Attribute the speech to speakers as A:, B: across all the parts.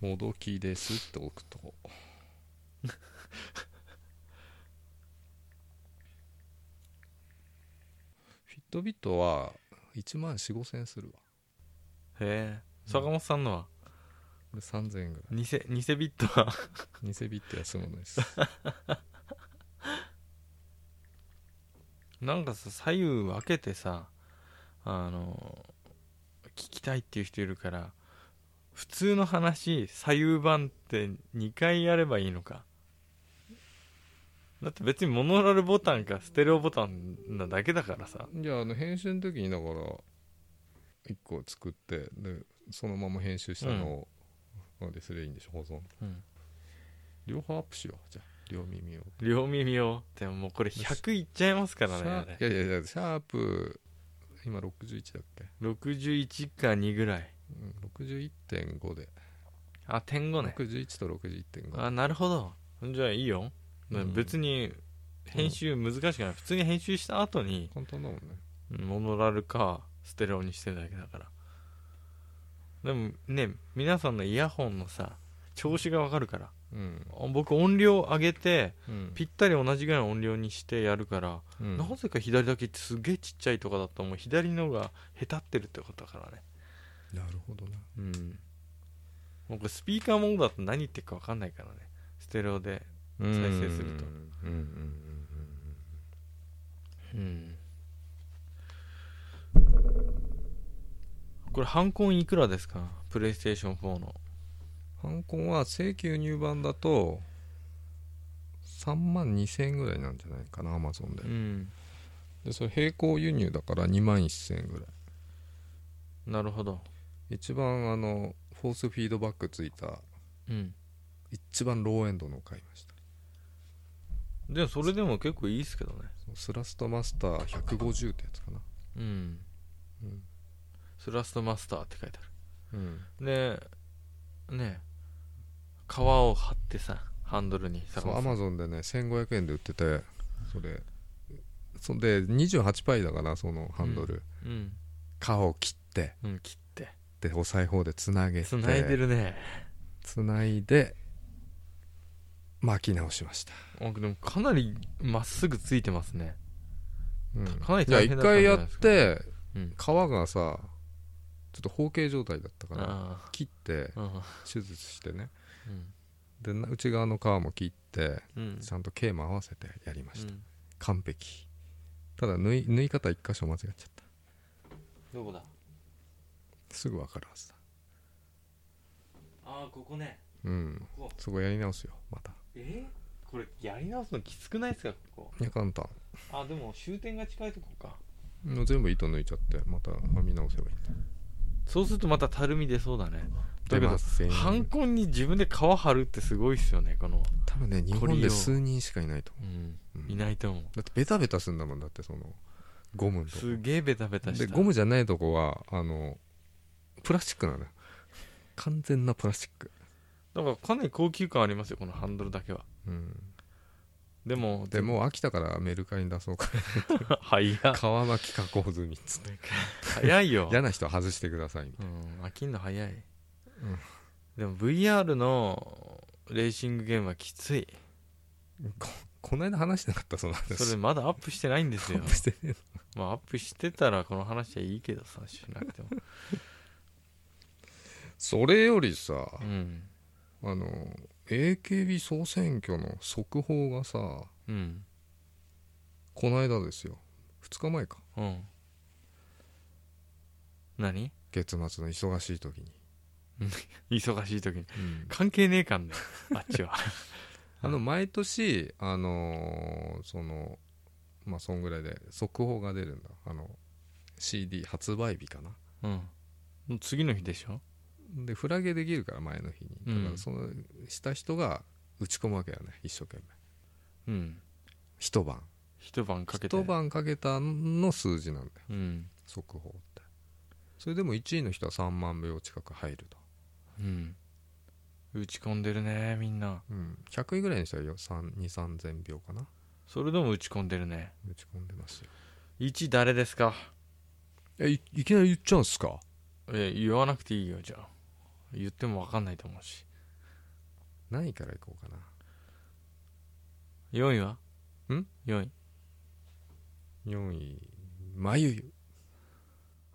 A: もどきですって置くと。 フィットビットは1万4、5000円するわ。
B: へえ坂本さんのは
A: これ3000円ぐらい。
B: 偽偽ビットは
A: 偽ビット安物です。
B: なんかさ左右分けてさあの聞きたいっていう人いるから普通の話左右版って2回やればいいのかだって別にモノラルボタンかステレオボタンなだけだからさ
A: じゃあ、あの、編集の時に、だから、1個作って、で、そのまま編集したのを、まあですればいいんでしょ、保存。
B: うん
A: 両方アップしよう。じゃあ、両耳を。
B: 両耳をでももうこれ100いっちゃいますからねあ
A: シ
B: れ
A: ャーいやいやいや、シャープ、今61だっけ
B: 61か2ぐらい
A: うん61.5で、
B: あ点5ね
A: 61と61.5
B: あなるほどじゃあいいよ、
A: うん
B: 別に編集難しくない普通に編集した後に
A: 簡単だもんね
B: モノラルかステレオにしてるだけだからでもね皆さんのイヤホンのさ調子がわかるから
A: うん
B: あ僕音量上げて
A: うん
B: ぴったり同じぐらいの音量にしてやるから、
A: うん
B: なぜか左だけってすげえちっちゃいとかだともう左のがへたってるってことだからね
A: なるほどな
B: うんもうこれスピーカーモードだと何言ってるかわかんないからねステレオで
A: 再
B: 生すると
A: うんうんうん
B: うんこれハンコンいくらですかプレイステーション4の
A: ハンコンは正規入版だと3万2000円ぐらいなんじゃないかなアマゾンで
B: うん
A: でそれ並行輸入だから2万1000円ぐらい
B: なるほど
A: 一番あのフォースフィードバックついた
B: うん
A: 一番ローエンドのを買いました
B: でもそれでも結構いいですけどね
A: そのスラストマスター150ってやつかな
B: うん
A: うん
B: スラストマスターって書いてあ
A: うん
B: るでね皮を貼ってさハンドルに
A: そう
B: さ
A: アマゾンでね1500円で売っててそれそんで28パイだからそのハンドル、
B: うん、
A: 皮を切って
B: うん、切って
A: でお裁縫でつなげて
B: 繋いでるね
A: つないで巻き直しました、
B: あでもかなりまっすぐついてますね
A: うん、
B: かなり
A: いや
B: 大
A: 一
B: 変だったんじ
A: 回
B: ゃな
A: や
B: いで
A: っ
B: すか
A: て
B: うん
A: 皮がさちょっと包茎状態だったから
B: あ
A: 切って
B: ああ
A: 手術してね
B: あうん
A: でな内側の皮も切って
B: うん
A: ちゃんと毛も合わせてやりました、
B: うん
A: 完璧ただ縫い縫い方一箇所間違っちゃった
B: どこだ
A: すぐ分かるはずだ
B: ああここね
A: うん
B: ここ
A: そこやり直すよまた
B: えこれやり直すのきつくないですかここ
A: いや簡単
B: あでも終点が近いとこか
A: もう全部糸抜いちゃってまた編み直せばいいんだ
B: そうするとまたたるみ出そうだねだ
A: 出
B: けど
A: ません
B: ハンコンに自分で皮貼るってすごいっすよねこの、
A: 多分ね日
B: これ
A: 本
B: よ
A: で数人しかいないと思
B: うん、
A: う、うん
B: いないと思う
A: だってベタベタすんだもんだってそのゴムのとこ
B: すげえベタベタし
A: で
B: た
A: ゴムじゃないとこはあのプラスチックなのよ完全なプラスチック、
B: だからかなり高級感ありますよこのハンドルだけは
A: うん、
B: でも
A: でもう飽きたからメルカリに出そう か
B: 早い
A: 皮巻き加工済みっつって
B: 早い よ
A: 嫌な人は外してくださいみたい
B: うん飽きんの早い、でも VR のレーシングゲームはきつい
A: なここの間話してなかったその話
B: それまだアップしてないんですよ
A: アップ してねえの
B: まあアップしてたらこの話はいいけどさしなくても
A: それよりさ、
B: うん
A: あの AKB 総選挙の速報がさ
B: うん
A: この間ですよ2日前か
B: うん何
A: 月末の忙しい時に、
B: 忙しい時に関係ねえかんね あっちは
A: あの毎年あのーそのまあそんぐらいで速報が出るんだあの CD 発売日かな
B: うん次の日でしょ
A: でフラゲできるから前の日にだか
B: うん
A: らそのした人が打ち込むわけだね一生懸命
B: うん
A: 一晩
B: 一晩かけて
A: 一晩かけたの数字なんだよ
B: うん
A: 速報ってそれでも1位の人は3万秒近く入ると
B: うん打ち込んでるねみんな
A: うん、100位ぐらいにしたらよ23000秒かな
B: それでも打ち込んでるね
A: 打ち込んでますよ
B: 1誰ですか
A: えいいきなり言っちゃうんすか
B: え言わなくていいよじゃあ言っても分かんないと思うし
A: 何位からいこうかな
B: 4位は
A: ん
B: ?4 位
A: 4位まゆゆ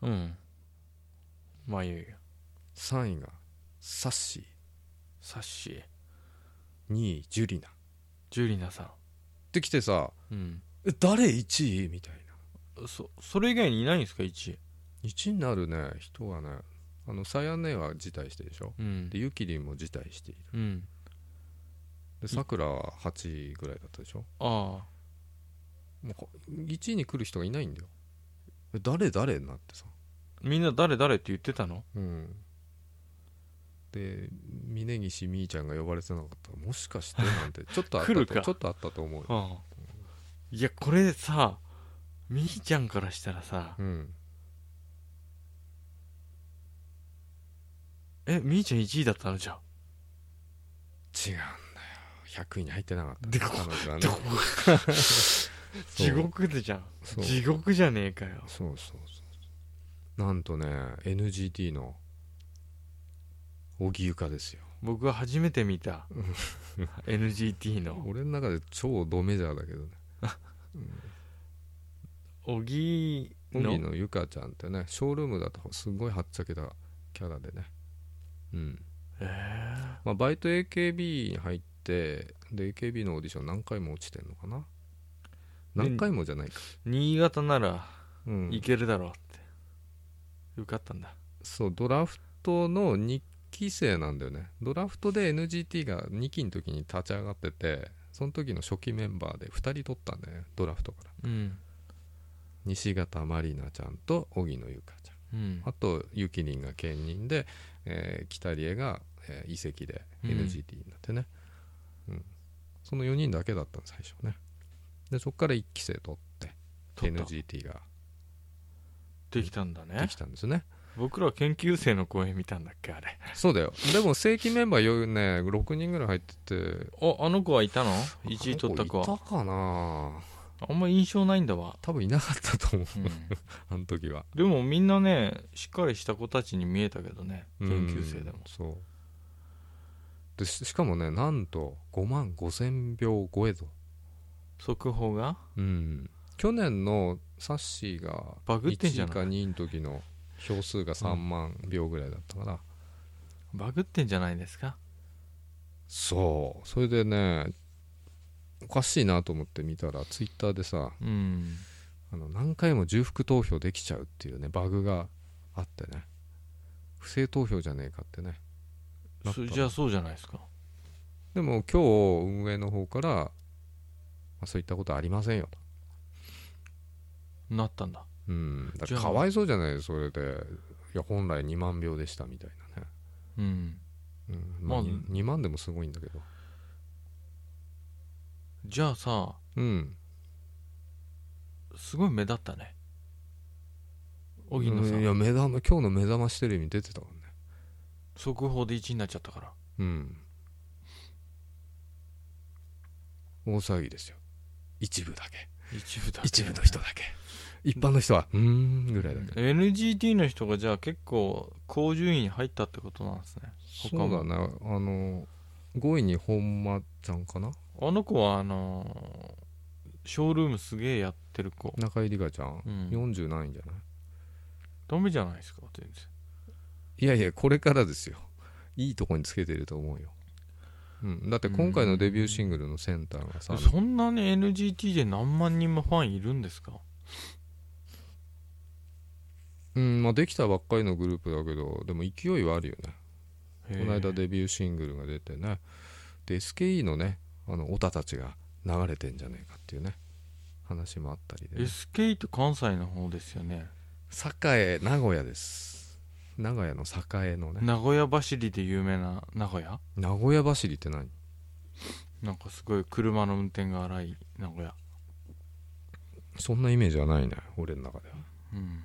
B: うんまあいいよ
A: 3位がサッシ
B: サッシー
A: ー2位ジュリナっ
B: ジュリナさ
A: てきてさ
B: んうん
A: え誰1位みたいな
B: そそれ以外にいないんですか1位
A: 1位になるね人はねあのサヤネは辞退してでしょ
B: うん
A: でユキリンも辞退している
B: うん
A: でさくらは8位ぐらいだったでしょ
B: ああ
A: もうこ1位に来る人がいないんだよえ誰誰になってさ
B: みんな誰誰って言ってたの
A: うんで峯岸みーちゃんが呼ばれてなかったらもしかしてなん てちょっとあった
B: 来
A: と
B: るか
A: ちょっとあったと思うよ、
B: ああいやこれさみーちゃんからしたらさ
A: うん、
B: えみーちゃん1位だったのじゃん
A: 違うんだよ100位に入ってなかった
B: でこ
A: 彼女はね
B: どこ
A: そう
B: 地獄でじゃん
A: そう
B: 地獄じゃねえかよ
A: そうそうそうなんとね NGT の荻ゆかですよ
B: 僕は初めて見た NGT の
A: 俺の中で超ドメジャーだけどね
B: 小木
A: 荻
B: の
A: 野ゆかちゃんってねショールームだとすごいはっちゃけたキャラでねうん
B: えー
A: まあ、バイト AKB に入ってで AKB のオーディション何回も落ちてんのかな何回もじゃないか、
B: 新潟なら
A: うん
B: い、けるだろうって受かったんだ
A: そうドラフトの2期生なんだよねドラフトで NGT が2期の時に立ち上がっててその時の初期メンバーで2人取ったんだよねドラフトから
B: うん
A: 西方まりなちゃんと荻野優香ちゃん
B: うん
A: あとゆきりんが兼任で、えー北里恵が、えー、移籍で
B: うん
A: NGT になってね、うんその4人だけだったの最初ねでそこから1期生取って
B: 取った
A: NGT が
B: できたんだ
A: で
B: ね
A: きたんですね
B: 僕ら研究生の公演見たんだっけあれ
A: そうだよでも正規メンバーよね6人ぐらい入ってて
B: ああの子はいたの ?1 位取った子
A: あの
B: は
A: 子いたかな
B: あんま印象ないんだわ、
A: 多分いなかったと思う
B: で
A: あの時は
B: もみんなねしっかりした子たちに見えたけどね研究生でも
A: うんそうでししかもねなんと5万5000票超えと
B: 速報が
A: うん、去年のサッシーが
B: バグってんじ
A: 1位
B: ゃない
A: か2位の時の票数が3万秒ぐらいだったから、
B: バグってんじゃないですか
A: そうそれでねおかしいなと思って見たらツイッターでさ
B: うん
A: あの何回も重複投票できちゃうっていうねバグがあってね不正投票じゃねえかってねなった
B: そじゃあそうじゃないですか
A: でも今日運営の方から、まあ、そういったことはありませんよと、
B: なったんだ
A: うん、だか
B: じゃ
A: ら
B: あ
A: かわいそうじゃないそれでいや本来2万票でしたみたいなね
B: うん
A: うんまあ、
B: まあ
A: に2万でもすごいんだけど
B: じゃあさ
A: うん
B: すごい目立ったね荻野さ
A: うんいや
B: ん
A: 目玉今日の目覚ましテレビに出てたからね
B: 速報で1位になっちゃったから
A: うん大騒ぎですよ一部だけ
B: 一部だけ
A: 一部の人だけ一般の人はうーんぐらいだけど
B: NGT の人がじゃあ結構高順位に入ったってことなんですね
A: そうだねあの5位に本間ちゃんかな
B: あの子はあのーショールームすげえやってる子
A: 中井里香ちゃん、
B: うん
A: 40何位じゃない
B: ダメじゃないですか全
A: いやいやこれからですよいいとこにつけてると思うよ、うん、だって今回のデビューシングルのセンターがさ
B: 然そんなに NGT で何万人もファンいるんですか
A: うんまあ、できたばっかりのグループだけどでも勢いはあるよね
B: へえ
A: この間デビューシングルが出てねで SKE のねあのオタたちが流れてんじゃねえかっていうね話もあったりで、ね、
B: SK って関西の方ですよね
A: 栄名古屋です名古屋の栄のね
B: 名古屋走りで有名な名古屋
A: 名古屋走りって何
B: なんかすごい車の運転が荒い名古屋
A: そんなイメージはないね俺の中では、
B: うん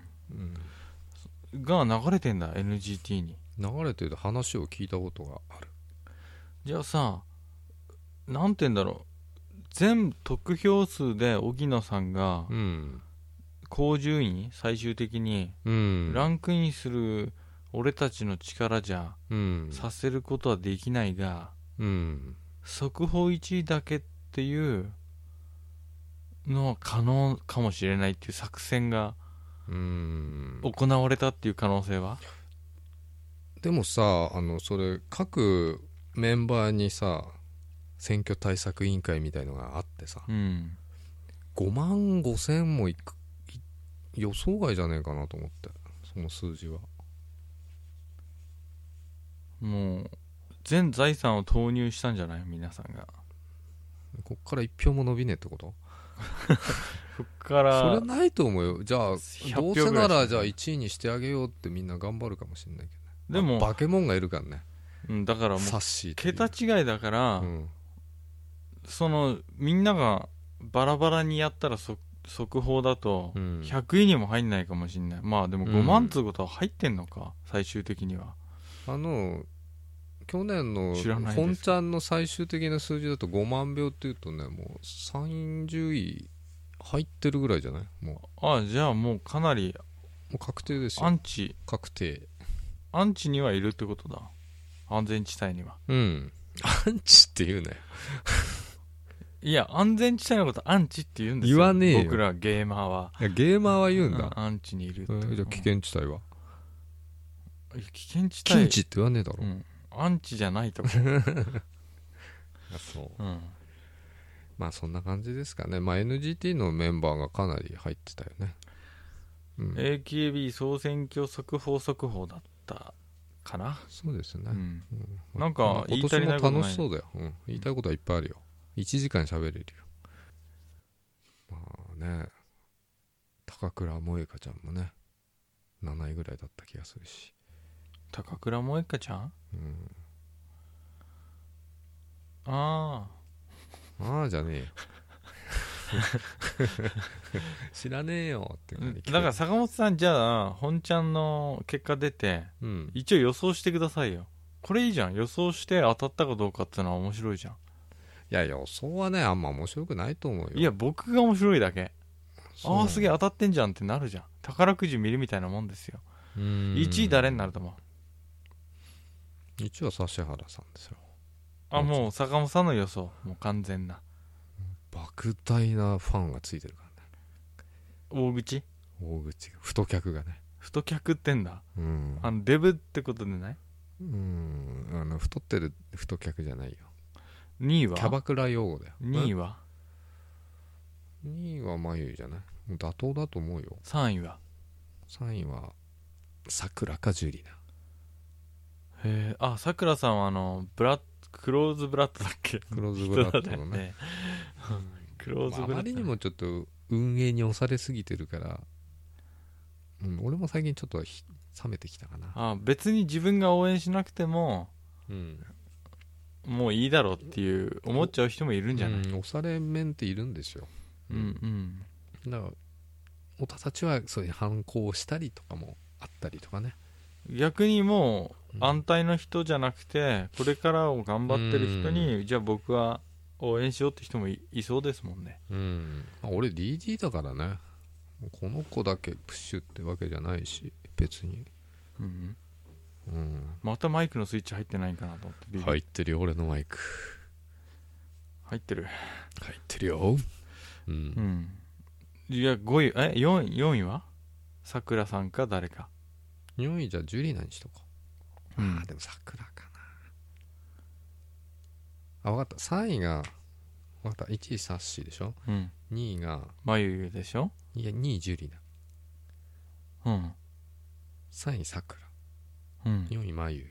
A: うん、
B: が流れてんだ NGT に
A: 流れてる話を聞いたことがある
B: じゃあさなんて言うんだろう全得票数で荻野さんが
A: うん
B: 高順位最終的に
A: うん
B: ランクインする俺たちの力じゃ
A: うん
B: させることはできないが、
A: うん
B: 速報1位だけっていうのは可能かもしれないっていう作戦が
A: うん
B: 行われたっていう可能性は
A: でもさあのそれ各メンバーにさ選挙対策委員会みたいのがあってさ
B: うん
A: 5万5千もいくい予想外じゃねえかなと思ってその数字は
B: もう全財産を投入したんじゃない皆さんが
A: こっから1票も伸びねえってこと
B: そっか
A: そ
B: ら
A: れないと思うよじゃあ
B: 100
A: どう
B: 票
A: せ
B: ぐら
A: な
B: いしから
A: じゃあ1位にしてあげようってみんな頑張るかもしれないけどね
B: でも、
A: バケモンがいるからね
B: うん、だからもう
A: サッシーっていう
B: 桁違いだから、
A: うん
B: そのみんながバラバラにやったらそ速報だと
A: うん
B: 100位にも入んないかもしんない、まあでも
A: うん
B: 5万つうことは入ってんのか、最終的には
A: あの去年の
B: 知らないです
A: 本ちゃんの最終的な数字だと5万票っていうとねもう30位入ってるぐらいじゃないもうも
B: ああじゃあもうかなり
A: う確定です
B: ア
A: よ
B: ンチ
A: 確定
B: アンチにはいるってことだ安全地帯には
A: うんアンチって言うね
B: いや安全地帯のことアンチって言うんですよ
A: 言わねえよ
B: 僕らゲーマーはい
A: やゲーマーは言うん
B: う
A: だ
B: ん、アンチにいるって
A: え
B: こ
A: ー
B: と
A: じゃあ危険地帯はい
B: や危険地
A: 近
B: 帯
A: 地って言わねえだろ、
B: うんアンチじゃない とこ、
A: あそう
B: うん、
A: まあそんな感じですかねまあ NGT のメンバーがかなり入ってたよねうん
B: AKB 総選挙速報速報だったかな、
A: そうですね、
B: うん、
A: う
B: なんか言い
A: 今
B: 足り
A: 年
B: ないこと
A: も
B: ない
A: 楽しそうだよ、うん、言いたいことはいっぱいあるよ1時間喋れるよまあね高倉萌香ちゃんもね7位ぐらいだった気がするし、
B: 高倉萌香ちゃん
A: うん、
B: あ
A: ああじゃねえよ 知らねえよって
B: あ
A: 感じ
B: だから坂本さんじゃあ本ちゃんの結果出て
A: うん
B: 一応予想してくださいよこれいいじゃん予想して当たったかどうかってのは面白いじゃん
A: いやいや予想はねあんま面白くないと思うよ
B: いや僕が面白いだけ
A: そう
B: ああすげえ当たってんじゃんってなるじゃん宝くじ見るみたいなもんですよ
A: うん
B: 1位誰になると思う
A: 一応指原さんですよ
B: あもう坂本さんの予想もう完全な
A: 莫大なファンがついてるからね
B: 大口
A: 大口が太客がね
B: 太客ってんだ
A: うん
B: あのデブってことでないう
A: ーんあの太ってる太客じゃないよ
B: 2位は
A: キャバクラ用語だよ
B: 2位
A: は
B: は
A: 2位は眉じゃないもう妥当だと思うよ
B: 3位は
A: 3位は桜か樹里だ
B: へえあさくらさんはあのブラックローズブラッドだっけ
A: クローズブラッド
B: だよ
A: の ね
B: ねクローズ
A: まああ
B: ブラ
A: ま
B: ッ
A: り
B: ド
A: にもちょっと運営に押されすぎてるから、うん、俺も最近ちょっとひ冷めてきたかな
B: あ別に自分が応援しなくても
A: うん
B: もういいだろうっていう思っちゃう人もいるんじゃない、
A: うん押され面っているんですよ
B: うん、うん
A: だからオタたちはそういう反抗をしたりとかもあったりとかね
B: 逆にも
A: う
B: うん安泰の人じゃなくてこれからを頑張ってる人にじゃあ僕は応援しようって人もいいそうですもんね
A: うん、まあ、俺 DD だからねもうこの子だけプッシュってわけじゃないし別に、
B: うん
A: うん、
B: またマイクのスイッチ入ってないかなと思ってビビ
A: 入ってるよ俺のマイク
B: 入ってる
A: 入ってるようん、
B: うんいや5位え4位4位はさくらさんか誰か
A: 4位じゃあジュリナにしとこう、
B: うん
A: あーでも桜かなあ分かった3位が分かった1位サッシーでしょ
B: うん
A: 2位が
B: まゆゆでしょ
A: いや2位ジュリナ
B: うん
A: 3位桜
B: うん
A: 4位まゆ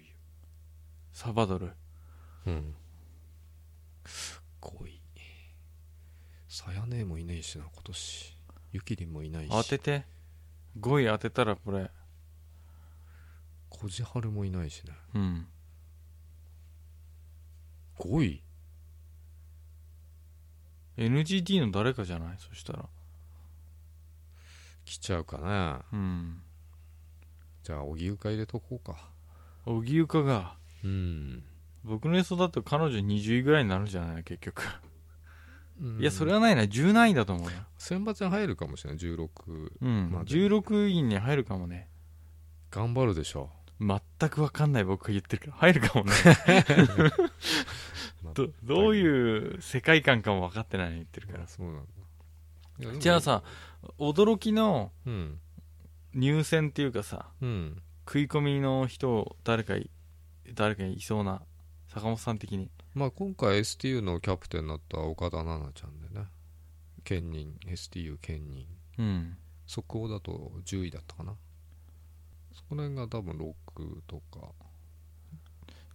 B: サバドル
A: ゆうん5位さやねえもいねえしな今年ゆきりんもいないし
B: 当てて5位当てたらこれ
A: こじはるもいないしね
B: うん
A: 5位
B: NGT の誰かじゃないそしたら
A: 来ちゃうかな
B: うん
A: じゃあ荻生か入れとこうか
B: 荻生かが
A: うん
B: 僕の予想だと彼女20位ぐらいになるんじゃないの結局
A: うん
B: いやそれはないな10何位だと思うよ
A: 選抜に入るかもしれない16
B: うん、
A: まあ
B: 16位に入るかもね
A: 頑張るでしょう
B: 全く分かんない僕が言ってるから入るかもねどどう
A: う
B: いう世界観かも分かってないのに言ってるから
A: そうなんだいやでも
B: じゃあさ驚きの
A: うん
B: 入選っていうかさ
A: うん
B: 食い込みの人を誰かい誰かいそうな坂本さん的に
A: まあ今回 STU のキャプテンになった岡田奈々ちゃんでね兼任 STU 兼任
B: うん
A: 速報だと10位だったかなそこら辺が多分6とか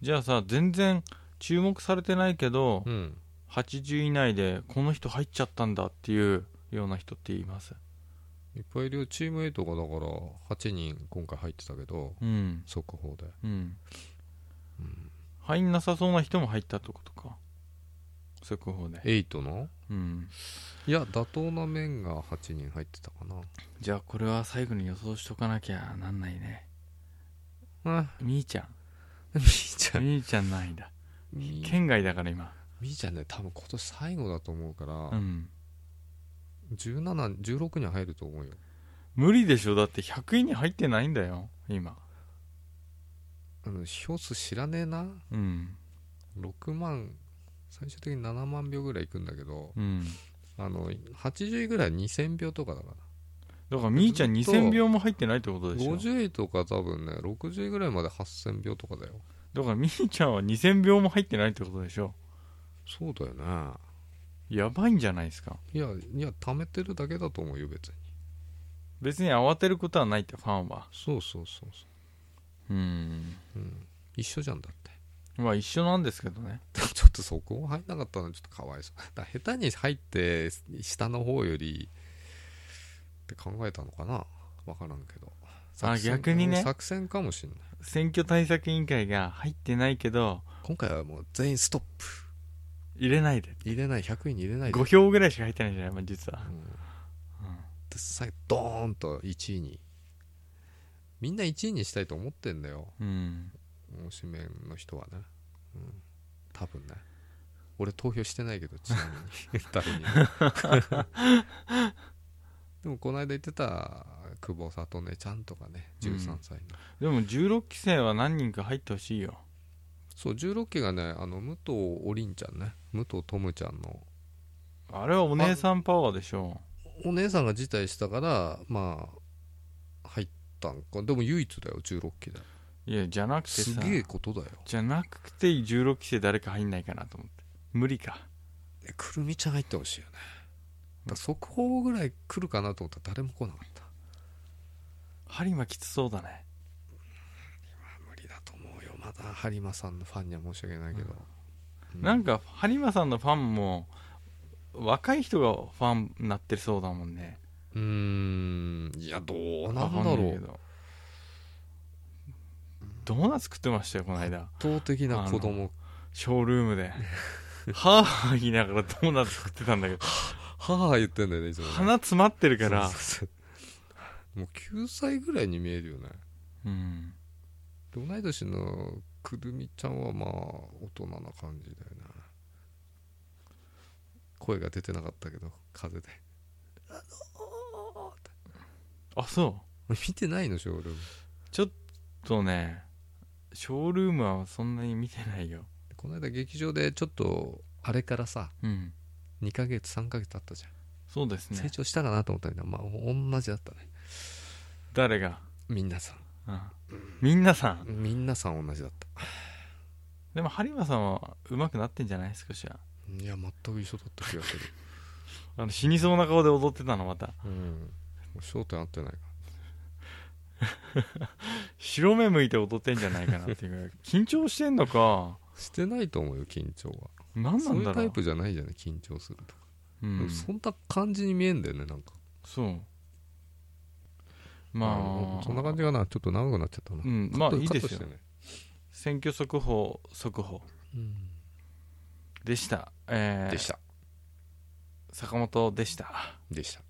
B: じゃあさ全然注目されてないけど、
A: うん
B: 80以内でこの人入っちゃったんだっていうような人って言います
A: いっぱいいるよチーム8がだから8人今回入ってたけど
B: うん
A: 速報で
B: うん
A: うん
B: 入んなさそうな人も入ったってことか速報で
A: 8の
B: うん
A: いや妥当な面が8人入ってたかな
B: じゃあこれは最後に予想しとかなきゃなんないね
A: あ
B: みー ちゃん
A: みーちゃん
B: みーちゃんないんだ
A: み
B: 県外だから今
A: みーちゃんね多分今年最後だと思うから、
B: うん
A: 1716には入ると思うよ
B: 無理でしょだって100位に入ってないんだよ今
A: あの票数知らねえな
B: うん
A: 6万最終的に7万票ぐらいいくんだけど
B: うん
A: あの80位ぐらい2000票とかだから
B: だからみーちゃん
A: ずっと
B: 2000票も入ってないってことでしょ
A: 50位とか多分ね60位ぐらいまで8000票とかだよ
B: だからみーちゃんは2000票も入ってないってことでしょ
A: そうだよね
B: やばいんじゃないですか
A: いやいや貯めてるだけだと思うよ別に
B: 別に慌てることはないってファンは
A: そうそうそうそ
B: うん
A: う、うん、一緒じゃんだって
B: まあ一緒なんですけどね
A: ちょっとそこ入んなかったのはちょっとかわいそうだから下手に入って下の方よりって考えたのかな分からんけど作戦
B: 逆にね
A: うん作戦かもしんない
B: 選挙対策委員会が入ってないけど
A: 今回はもう全員ストップ
B: 入れないで
A: 入れない100位に入れないで
B: 5票ぐらいしか入ってないんじゃない、まあ、実は
A: う、んで最後ドーンと1位にみんな1位にしたいと思ってんだよ
B: うんうん、
A: 推しメンの人はね、うん、多分ね俺投票してないけどちなみに誰にも でもこの間言ってた久保里音ちゃんとかね13歳の、
B: でも16期生は何人か入ってほしいよ
A: そう16期がねあの武藤おりんちゃんね武藤とむちゃんの
B: あれはお姉さんパワーでしょ
A: お姉さんが辞退したからまあ入ったんかでも唯一だよ16期だ
B: いやじゃなくて
A: す
B: さ
A: げえことだよ
B: じゃなくて16期生誰か入んないかなと思って無理か
A: ねくるみちゃん入ってほしいよねだから速報ぐらい来るかなと思ったら誰も来なかった
B: 針はきつそうだね
A: 無理だと思うよまだ播磨さんのファンには申し訳ないけど、うん
B: なんか播磨さんのファンも若い人がファンになってそうだもんね
A: うーんいやどうなん
B: わ
A: だ
B: か
A: ろ
B: ないけ
A: う
B: どドーナツ食ってましたよこの間
A: 圧倒的な子供
B: ショールームではあはあ言いながらドーナツ食ってたんだけど
A: はあはあ言ってんだよねいつもね
B: 鼻詰まってるから
A: そうそうそうもう9歳ぐらいに見えるよね
B: うん
A: で同い年のくるみちゃんはまあ大人な感じだよね声が出てなかったけど風で
B: あそ
A: 見てないのショールーム
B: うちょっとねショールームはそんなに見てないよ
A: この間劇場でちょっとあれからさ
B: うん
A: 2ヶ月3ヶ月経ったじゃん
B: そうですね
A: 成長したかなと思ったけど、まあ、同じだったね。
B: 誰が、
A: みんなさ
B: うん、みんなさん
A: ん。みんなさん同じだった。
B: でも播磨さんは上手くなってんじゃない少しはい
A: や、全く一緒だった気がする。
B: あの死にそうな顔で踊ってたのまた
A: うん。もう焦点合ってないか。
B: 白目向いて踊ってんじゃないかなっていう ぐらい緊張してんのか
A: してないと思うよ、緊張は。
B: 何な
A: そうんい
B: だ
A: うタ
B: ろ
A: イ
B: う
A: プじゃないじゃない、緊張するとか。
B: うん
A: そんな感じに見えんだよね、なんか。
B: そうまあ
A: そんな感じかな。ちょっと長くなっちゃったな。
B: うんまあ
A: カット
B: いいです
A: カットし
B: よ
A: てね
B: 選挙速報速報
A: うん
B: でしたえー
A: でした。
B: 坂本でした
A: でした。